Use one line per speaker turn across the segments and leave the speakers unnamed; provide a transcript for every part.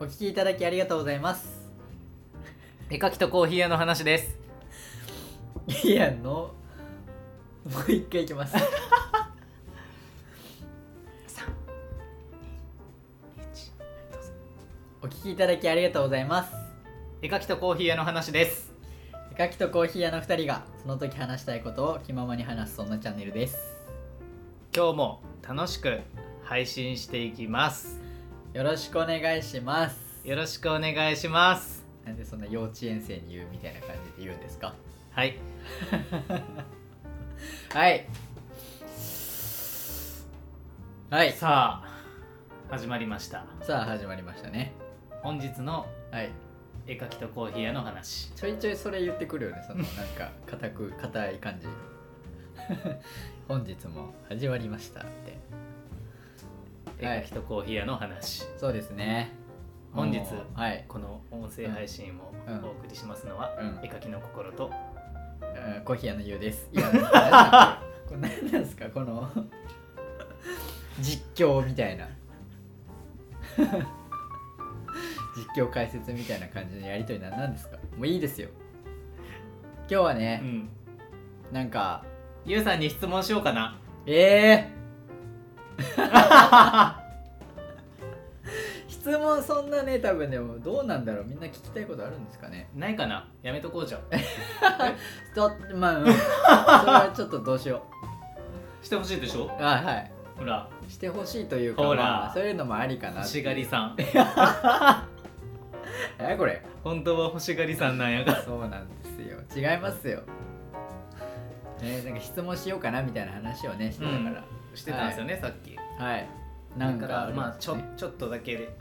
お聞きいただきありがとうございます
絵描きとコーヒー屋の話です
いやのもう一回いきますお聞きいただきありがとうございます
絵描きとコーヒー屋の話です
ガキとコーヒー屋の2人がその時話したいことを気ままに話すそんなチャンネルです
今日も楽しく配信していきます
よろしくお願いします
よろしくお願いします
なんでそんな幼稚園生に言うみたいな感じで言うんですか
はい
はいはい
さあ始まりました
さあ始まりましたね
本日の
はい
絵描きとコーヒー屋の話
ちょいちょいそれ言ってくるよねその なんか固く硬い感じ 本日も始まりましたって
絵
はい
描きとコーヒー屋の話、
そうですね
本日
もうはい、
この音声配信を
うん
お送りしますのは、
うん
絵描きの心と
うんコーヒー屋のゆう ですいやなんかこれ何なんですかこの実況みたいな 実況解説みたいな感じのやりとりなんなんですかもういいですよ今日は
う
ね、
ん
なんか
ゆうさんに質問しようかな
えー、 質問そんなね多分でもどうなんだろうみんな聞きたいことあるんですかね
ないかなやめとこうじゃん
ちょまあ、うん それはちょっとどうしよ
してほしいでしょ
うあはい
ほら
してほしいというか
ほら
まあそういうのもありかな
欲しがりさん
えこれ
本当は欲しがりさんなんやが
そうなんですよ違いますよねなんか質問しようかなみたいな話をねしてたから、
してたんですよね、さっき
はいなんか
だからまあ
り
ち
す
ょ
ね
ちょっとだけで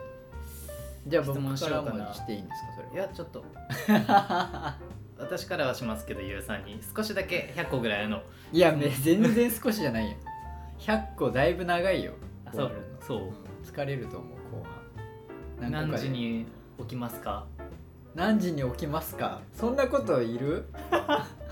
じゃあ
質問
僕
し
か
よ
ら
うかな
もしていいんですかそ
い
れ
やちょ っと
は
私からはしますけどゆうさんに少しだけ100個ぐらいあの
いやめ全然少しじゃないよ100個だいぶ長いよ
あ
終
そ
わ
う
るの
そう
うん疲れると思う後半何個
何
かで
時に起きますか
何時に起きますかそんなこといる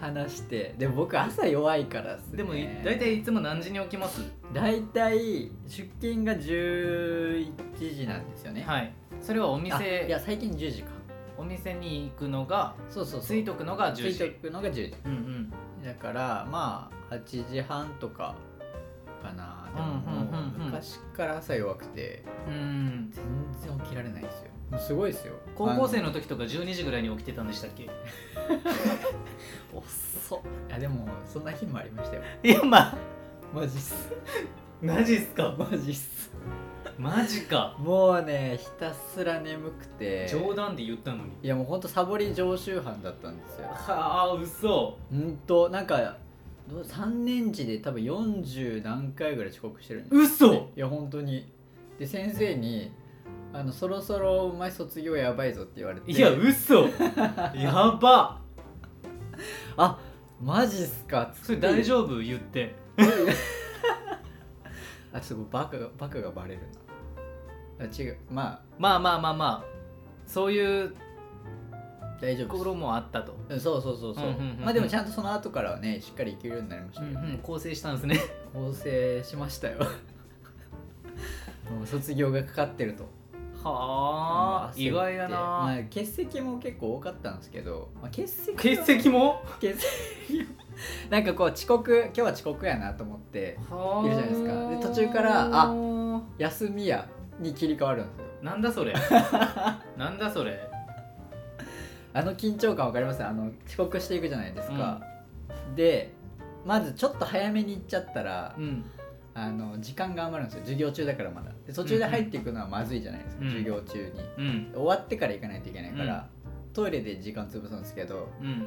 話してでも僕朝弱いからっす、ね、
でもい大体いつも何時に起きます
大体出勤が11時なんですよね
はいそれはお
あいや
店
最近10時か
お店に行くのが
そうそうそ
つ
う
いとくのが
つ
10
い
時
とくのが10時
うんうん
だからまあ8時半とかかなでもも
うん
う
うんうんうん
昔から朝弱くて
うん
全然起きられないんですよもうすごいですよ
高校
あ
生
の
の時とか12時ぐらいに起きてたんでしたっ け遅っ
いやでもそんな日もありましたよ
いやまあ
マジっす
マジっすか
マジっす
マジか
もうねひたすら眠くて
冗談で言ったのに
いやもうほんとサボり常習犯だったんですよ
はあ嘘
うんとなんかどう3年時で多分40何回ぐらい遅刻してるんですよ
嘘
いや本当にで先生にあの「そろそろお前卒業やばいぞ」って言われて
いや嘘 やば
あマジっすかっつって
それ大丈夫言って
あすごいバカがバカがバレるなあ違うま
まあまあまあまあそういう
あ大丈夫
と
っ
こ
す
ろもあったと、
うんそうそうそうそう,、
うんうんうんうん
まあでもちゃんとその後からはねしっかり行けるようになりまし
う
たけ
ん
ど、
うん、構成したんですね
構成しましたよもう卒業がかかってると
はあ
うん
意外や
まあ
な、
欠席も結構多かったんですけど、まあ、欠席は
欠席も
欠席なんかこう遅刻今日は遅刻やなと思って
はい
るじゃないですかで途中からあ休みやに切り替わるんですよ
なんだそ れなんだそれ
あの緊張感わかりますあの遅刻していくじゃないですか、でまずちょっと早めに行っちゃったら、
うん
あの時間が余るんですよ授業中だからまだで途中で入っていくのはまずいじゃないですか、
うん
授業中に
うん
終わってから行かないといけないから、トイレで時間潰すんですけど
うん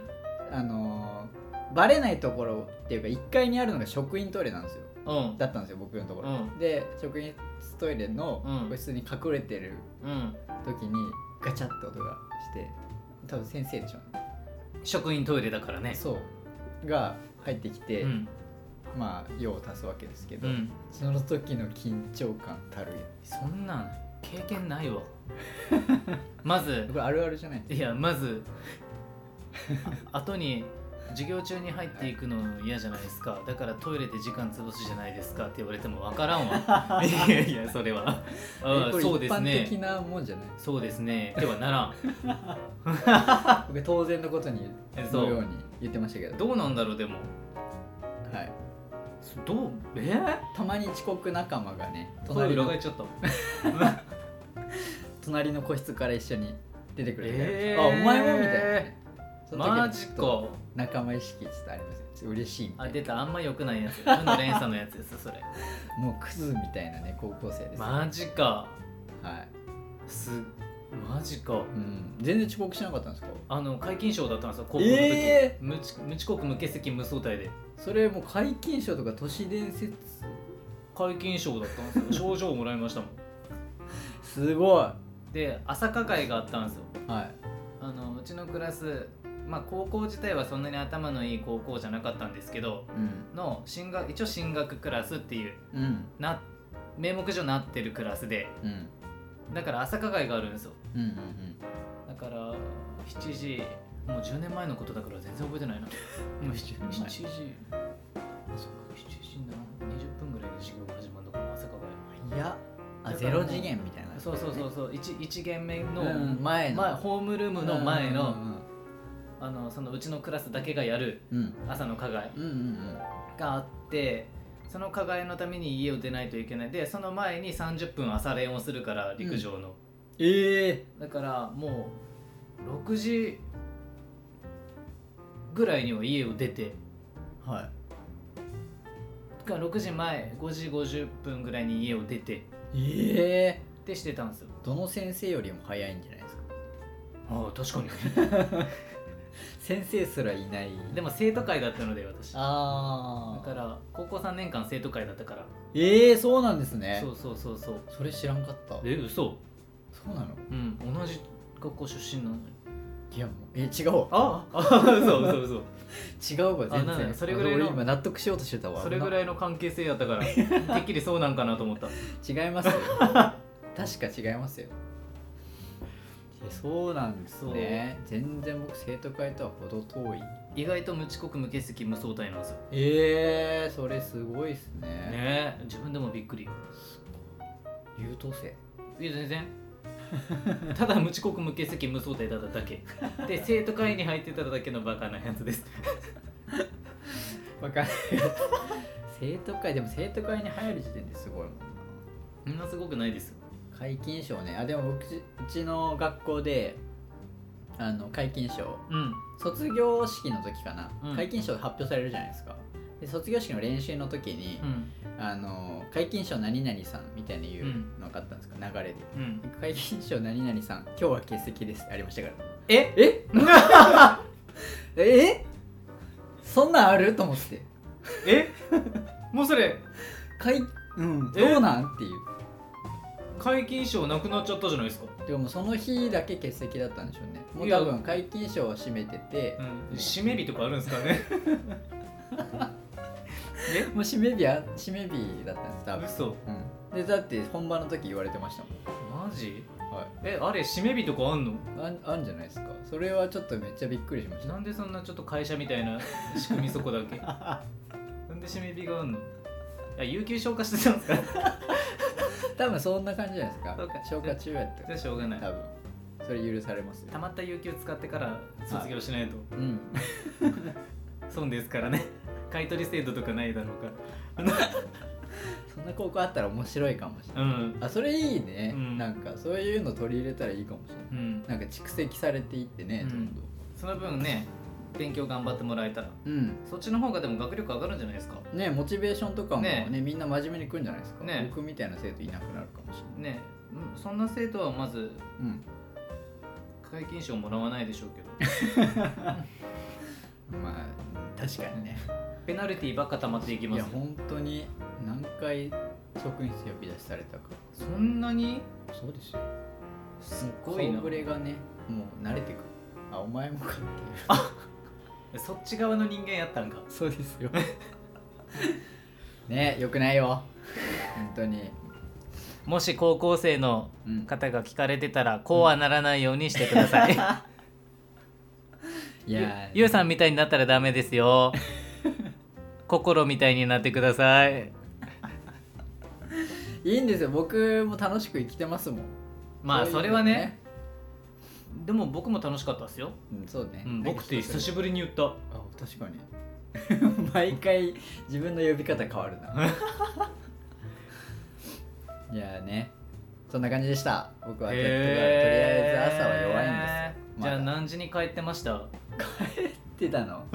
あのーバレないところっていうか1階にあるのが職員トイレなんですよ
うん
だったんですよ僕のところ、
うん
で職員トイレの
うん
個室に隠れてる
うん
時にガチャって音がして多分先生でしょうね
職員トイレだからね
そうが入ってきて、
うん
まあ用を足すわけですけ
う
ど、
ん
その時の緊張感たるや
そんなん経験ない わまず
これあるあるじゃない
いやまずあ後に 授業中に入っていくの嫌じゃないですかだからトイレで時間潰すじゃないですかって言われても分からん わいやいやそれはあ
えこれ
そうです
一般的
ね
なもんじゃない
そうですねではならん
僕当然のことに
えそ
の
う
ように言ってましたけど、
どうなんだろうでも
はい、
そどうえー、
たまに遅刻仲間がね
トイ
隣
レ裏
の
返っちゃった
隣の個室から一緒に出てくる時あります
えー
あお前もみたいなねその時
マ
は
ジ
ちょっ
か
と仲間意識ちょっとありますねちょっと嬉しいみた
あ
いな
出たあんま良くないやつ負の連鎖のやつですそれ
もうクズみたいなね高校生です、
マジか
はい
すマジか
うん、全然遅刻しなかったんですか
あの皆勤賞だったんですよ高校の時、
え
無遅無遅刻無欠席無相対で
それもう皆勤賞とか都市伝説
皆勤賞だったんですよ賞状をもらいましたもん
すごいは
で朝課会があったんですよ
い
あのうちのクラスまあ高校自体はそんなに頭のいい高校じゃなかったんですけど
うん
の進学一応進学クラスっていう
うん
な名目上なってるクラスで
うん
だから朝課会があるんですよ
うんうん
だから7時もう10年前のことだから全然覚えて ないなもう7
7年
時
前
そっか7時な20分ぐらいで授業が始まるのかな朝か
う
ら
んいやあ
だか
ゼ
ら
ロ次元みたいな
そうそうそうそう 1, 一限目の、
うん前の
前ホームルームの前
う
の,、
ん
あのそのうちのクラスだけがやる
うん
朝の課外
うんうん
があってその課外のために家を出ないといけないでその前に30分朝練をするから陸上の、
ええ
だからもう6時ぐらいには家を出て
はい
が6時前5時50分ぐらいに家を出て
ええ
ってしてたんですよ
どの先生よりも早いんじゃないですか
ああ確かに
先生すらいない
でも生徒会だったので私だ
あ
か
あ
ら高校3年間生徒会だったから
ええそうなんですね
そうそうそうそう
それ知らんかった
え嘘
そうなの
うん同じ学校出身なのに
いやもうえ違うわ
ああ そうそうそう
違うわ全
あなん
然
だそれぐらいの
俺今納得しようとしてたわ
それぐ
い
らいの関係性やった からてっきりそうなんかなと思った
違います よ確か違いますよえそうなんですね全然僕生徒会とは程遠い
意外と無遅刻無欠席無相対なんですよ
ええそれすごいっすね
ねえ自分でもびっくり
優等生
いや全然ただ無遅刻無欠席無相対だっただ けで生徒会に入ってただけのバカなやつです
わかる 生徒会でも生徒会に入る時点ですごいもんな
みんなすごくないですよ
皆勤賞ねあでも僕うちの学校であの皆勤賞
うん
卒業式の時かな、
うん
皆勤賞発表されるじゃないですかで卒業式の練習の時に、
うん
あの皆勤賞何々さんみたいに言うのがあったんですか、流れで
うん
皆勤賞何々さん今日は欠席ですありましたから
え
ええそんなんあると思って
え もうそれ
かいうん
え
どうなんっていう
皆勤賞なくなっちゃったじゃないですか、
でもその日だけ欠席だったんでしょうねもう
いや
多分皆勤賞を占めてて、
うん、締め日とかあるんですかね え
もう締め日は締め日だったんです多分
嘘
うん、でだって本番の時言われてましたもん
マジ
はい
えあれ締め日とかあんの
あんあんじゃないですかそれはちょっとめっちゃびっくりしま した
なんでそんなちょっと会社みたいな仕組みそこだ けなんで締め日があんのあ有給消化してたんですか
多分そんな感じじゃないですか
そうか
消化中やった
じゃあしょうがない
多分それ許されますよ
たまった有給使ってから卒業しないと
うん
損ですからね 買い取り制度とかないだろうか
そんな高校あったら面白いかもしれない
らうん
あそれいいね、
うん
なんかそういうの取り入れたらいいかもしれない
うん
なんか蓄積されていってね
うん
どんどん
その分ね勉強頑張ってもらえたら
うん、
そっちの方がでも学力上がるんじゃないですか
ねモチベーションとかもね
ね
みんな真面目にくるんじゃないですか、
ね
僕みたいな生徒いなくなるかもしれない
ねうんそんな生徒はまず
うん
皆勤賞もらわないでしょうけど
まあ確かにね
ペナルティばっか溜まっていき
い
ます
や
よ
本当に何回職員室呼び出しされたか
そんなに
そうですよ
すっごいな
顔ぶれがねもう慣れてくるあお前もかっていう
そっち側の人間やったんか
そうですよねよくないよ本当に
もし高校生の
うん
方が聞かれてたらこうはならないようにしてください
いや
ゆゆうさんみたいになったらダメで すよ心みたいになってください
いいんですよ僕も楽しく生きてますもん
まあ
ういうの
それはねでも僕も楽しかったですよ、
うんそうね、
うん、僕って久しぶりに言った
あ確かに 毎回自分の呼び方変わる ないやーねそんな感じでした僕はテッドがとりあえず朝は弱いんで
へ
すよ、
ーじゃ
まだ
あ何時に帰ってました
帰っ てたの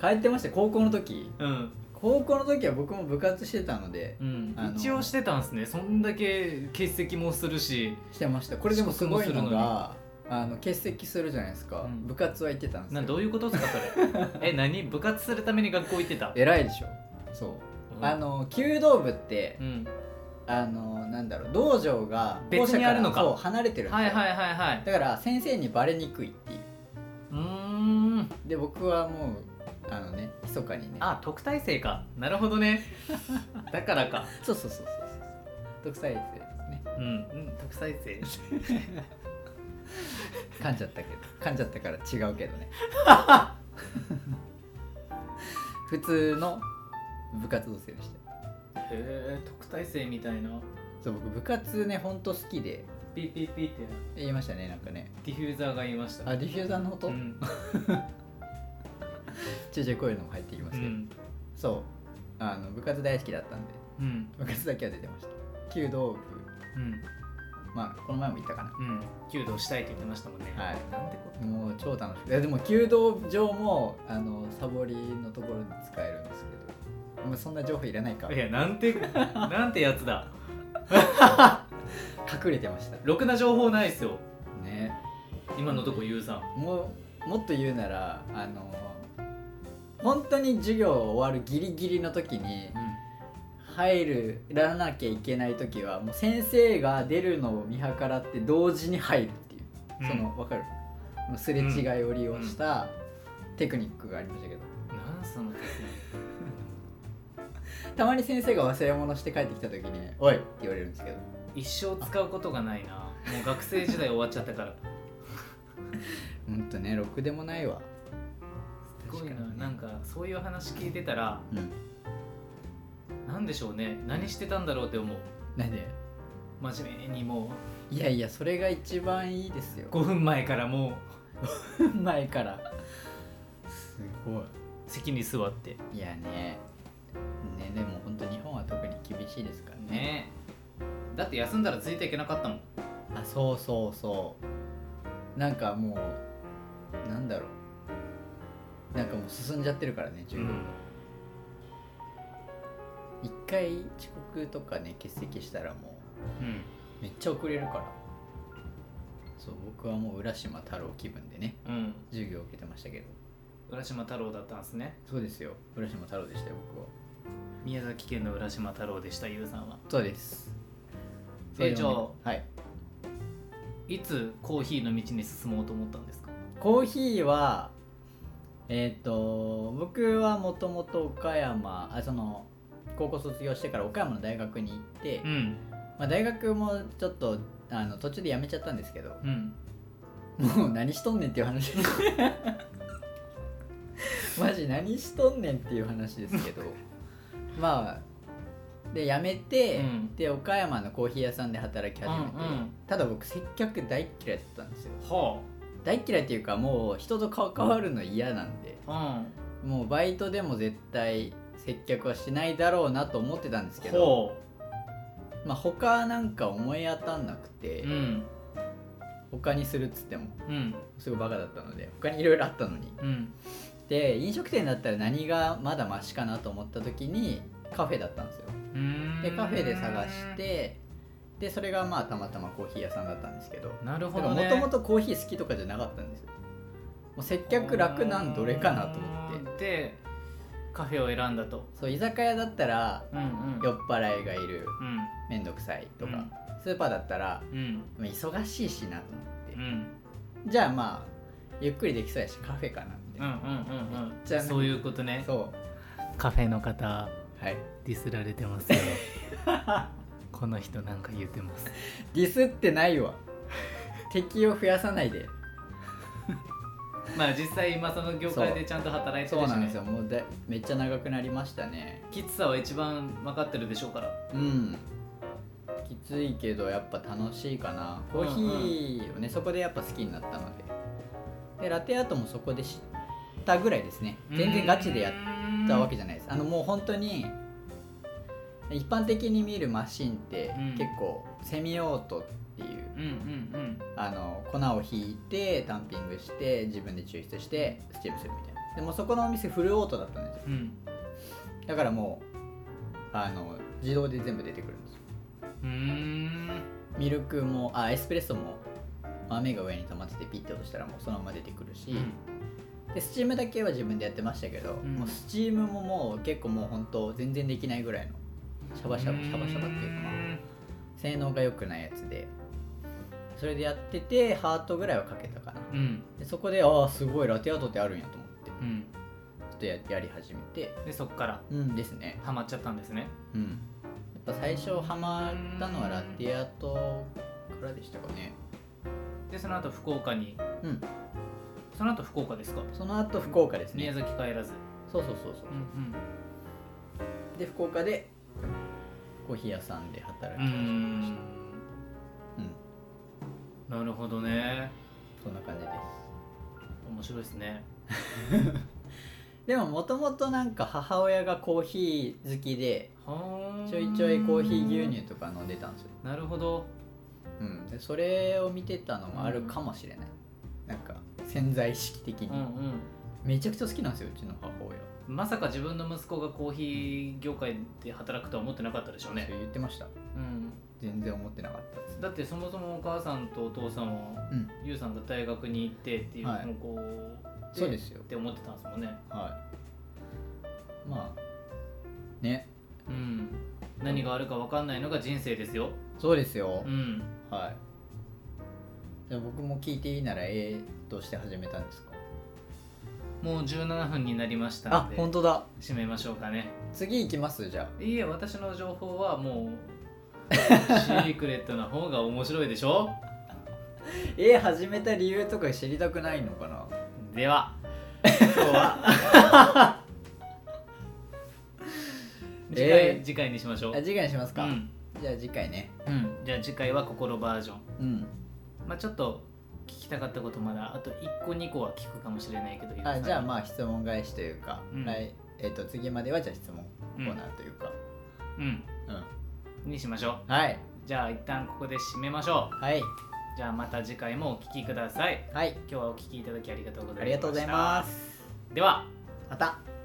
帰ってました高校の時
うん、
高校の時は僕も部活してたので
うん
あの、
一応してたんですねそんだけ欠席もするし
してましたこれでもすごい
遅
の
刻もする
があの欠席するじゃないですか、
うん
部活は行ってたんです
な
よ
どういうことですかそ れえ何部活するために学校行ってた、
偉いでしょそう、
うん
あの弓道部って
う、ん、
あのなんだろう道場が
別に
校舎ら
あるのか
そう離れてるんですよ、
はいはいはいはい
だから先生にバレにくいっていう
うーん
で僕はもうあのね密かにね
あ特待生かなるほ どねだからか
そうそうそうそうそう独裁生ですね
うん、うん、特待生
噛んじゃったけど噛んじゃったから違うけどね 普通の部活動生でした
へえ特待生みたいな
そう僕部活ねほんと好きで
ピーピーピーって
言いましたねなんかね
ディフューザーが言いました
あディフューザーの音、
うん、
ちょいちょいこういうのも入ってきます
う
けど、
ん
そうあの部活大好きだったんで
うん
部活だけは出てました弓道部
うん
まあこの前も言ったか
うん弓道したいって言ってましたもんね
なはい
なんてこ
もう超楽しいいやでも弓道場もあのサボりのところに使えるんですけど、まあ、そんな情報いらないか
といやなんてなんてやつだ
隠れてました
ろくな情報ないっすよ
ね
今のとこゆうさん
もうもっと言うならあの本当に授業終わるギリギリの時に入るらなきゃいけない時はもう先生が出るのを見計らって同時に入るっていう
うん
その分かるもうすれ違いを利用したテクニックがありましたけど
なんそのテク
たまに先生が忘れ物して帰ってきた時に「おい!」って言われるんですけど
ニック一生使うことがないなもう学生時代終わっちゃったから
ほんとねろくでもないわ
すごいななんかそういう話聞いてたら
うん
なんでしょうね何してたんだろうって思う
なんで
真面目にも
いやいやそれが一番いいですよ
う5分前からもう
前からすごい
席に座って
いやねねでも本当日本は特に厳しいですからね
ねえだって休んだらついていけなかったもん
あそうそうそうなんかもうなんだろうなんかもう進んじゃってるからね授業一、回遅刻とかね欠席したらも
うん
うめっちゃ遅れるからそう僕はもう浦島太郎気分でね
うん
授業を受けてましたけど
浦島太郎だったんですね
そうですよ浦島太郎でしたよ僕は
宮崎県の浦島太郎でしたゆうさんは
そうです
えーじゃあ
はい
いつコーヒーの道に進もうと思ったんですか
コーヒーはえっ、と僕はもともと岡山あその高校卒業してから岡山の大学に行って、
ん
まあ、大学もちょっとあの途中で辞めちゃったんですけど
うん
もう何しとんねんっていう話 マジ何しとんねんっていう話ですけどまあで辞めて、
うん
で岡山のコーヒー屋さんで働き始めて、
うんうん
ただ僕接客大っ嫌いだったんですよ
は
大嫌いっていうかもう人と関わるの嫌なんで
あうん
もうバイトでも絶対接客はしないだろうなと思ってたんですけど、
ほ
まあ、他なんか思い当たんなくて、
ううん
他にするっつっても
うん
すごいバカだったので他にいろいろあったのに
うん
で飲食店だったら何がまだマシかなと思った時にカフェだったんですよ
うーん
でカフェで探してでそれがまあたまたまコーヒー屋さんだったんですけど
なるほ
も
どね
ともとコーヒー好きとかじゃなかったんですよもう接客楽なんどれかなと思って
てでカフェを選んだと
そう居酒屋だったら
うんうん
酔っ払いがいる
うん
めんどくさいとか、スーパーだったら
うん
まあ忙しいしなと思って
う、ん
じゃあまあゆっくりできそうやしカフェかなみ
うんう
たい
ん
な、
うん
じゃ
う
あ
んそういうことね
そ
カフェの方
うはい
ディスられて ますよこの人なんか言ってます
ディスってないわ敵を増やさないで
まあ実際今その業界でちゃんと働いて
そう
るし
なんです
ね
よもうでめっちゃ長くなりましたね
きつさは一番分かってるでしょうから
うんきついけどやっぱ楽しいかなコーヒーをね、そこでやっぱ好きになったのででラテアートもそこで知ったぐらいですね全然ガチでやったわけじゃないですあのもう本当に一般的に見るマシンって
うん
結構セミオートっていう
うんうん
あの粉をひいてタンピングして自分で抽出してスチームするみたいなでもそこのお店フルオートだったんですよ
うんうん
だからもうあの自動で全部出てくるんですよ
うーん
ミルクもあエスプレッソも豆が上に溜まっててピッて落としたらもうそのまま出てくるし、でスチームだけは自分でやってましたけど、
うん
もうスチームももう結構もう本当全然できないぐらいのシャバシャバシャバシャバっていうかまあ性能が良くないやつでそれでやっててハートぐらいはかけたかな
うん
でそこでああすごいラテアートってあるんやと思って
うん
ちょっとややり始めて
でそっから
うんですね
ハマっちゃったんですね
うんやっぱ最初ハマったのはラテアートからでしたかね
でその後福岡に
うん
その後福岡ですか
その後福岡ですね
宮崎帰らず
そうそうそうそう
う、ん
で福岡でコーヒー屋さんで働
う
き始めまし
ん
たうん
なるほどね
そんな感じです
面白いですね
でももともとなんか母親がコーヒー好きで
はあ
ちょいちょいコーヒー牛乳とか飲んでたんですよ、
なるほど
うん、でそれを見てたのもあるかもしれないなんか潜在意識的に、
うんうん
めちゃくちゃ好きなんですようちの母親
まさか自分の息子がコーヒー業界で働くとは思ってなかったでしょう
そ
ね、
れ言ってました
うん、
全然思ってなかったです
だってそもそもお母さんとお父さんは
うん
ゆうさんが大学に行ってっていう
はい
方向
そうですよ
って思ってたんですもんね、
はいまあね
うん、何があるか分かんないのが人生ですよ、
そうですよ、
うん、
はい。で僕も聞いていいならええとして始めたんですか。
もう17分になりました
あ
の、で
本当だ。
締めましょうかね
次行きますじゃ
いいえ私の情報はもうシークレットな方が面白いで しょ
あ。ええ始めた理由とか知りたくないのかな。
では今日は 次回、
えー
次回にしましょう
あ次回にしますか。
うん
じゃあ次回ね。
うん、じゃあ次回は心バージョン
うん。
まあちょっと聞きたかったことまだあと1個2個は聞くかもしれないけど
あじゃあ
あ
まあ質問返しというか、
うん
来えっ、と次まではじゃあ質問コーナーというか。
うん
うん。
にしましょう
はい
じゃあ一旦ここで締めましょう
はい
じゃあまた次回もお聞きください
はい。
今日はお聞きいただきありがとうございました
ありがとうございます。
では
また。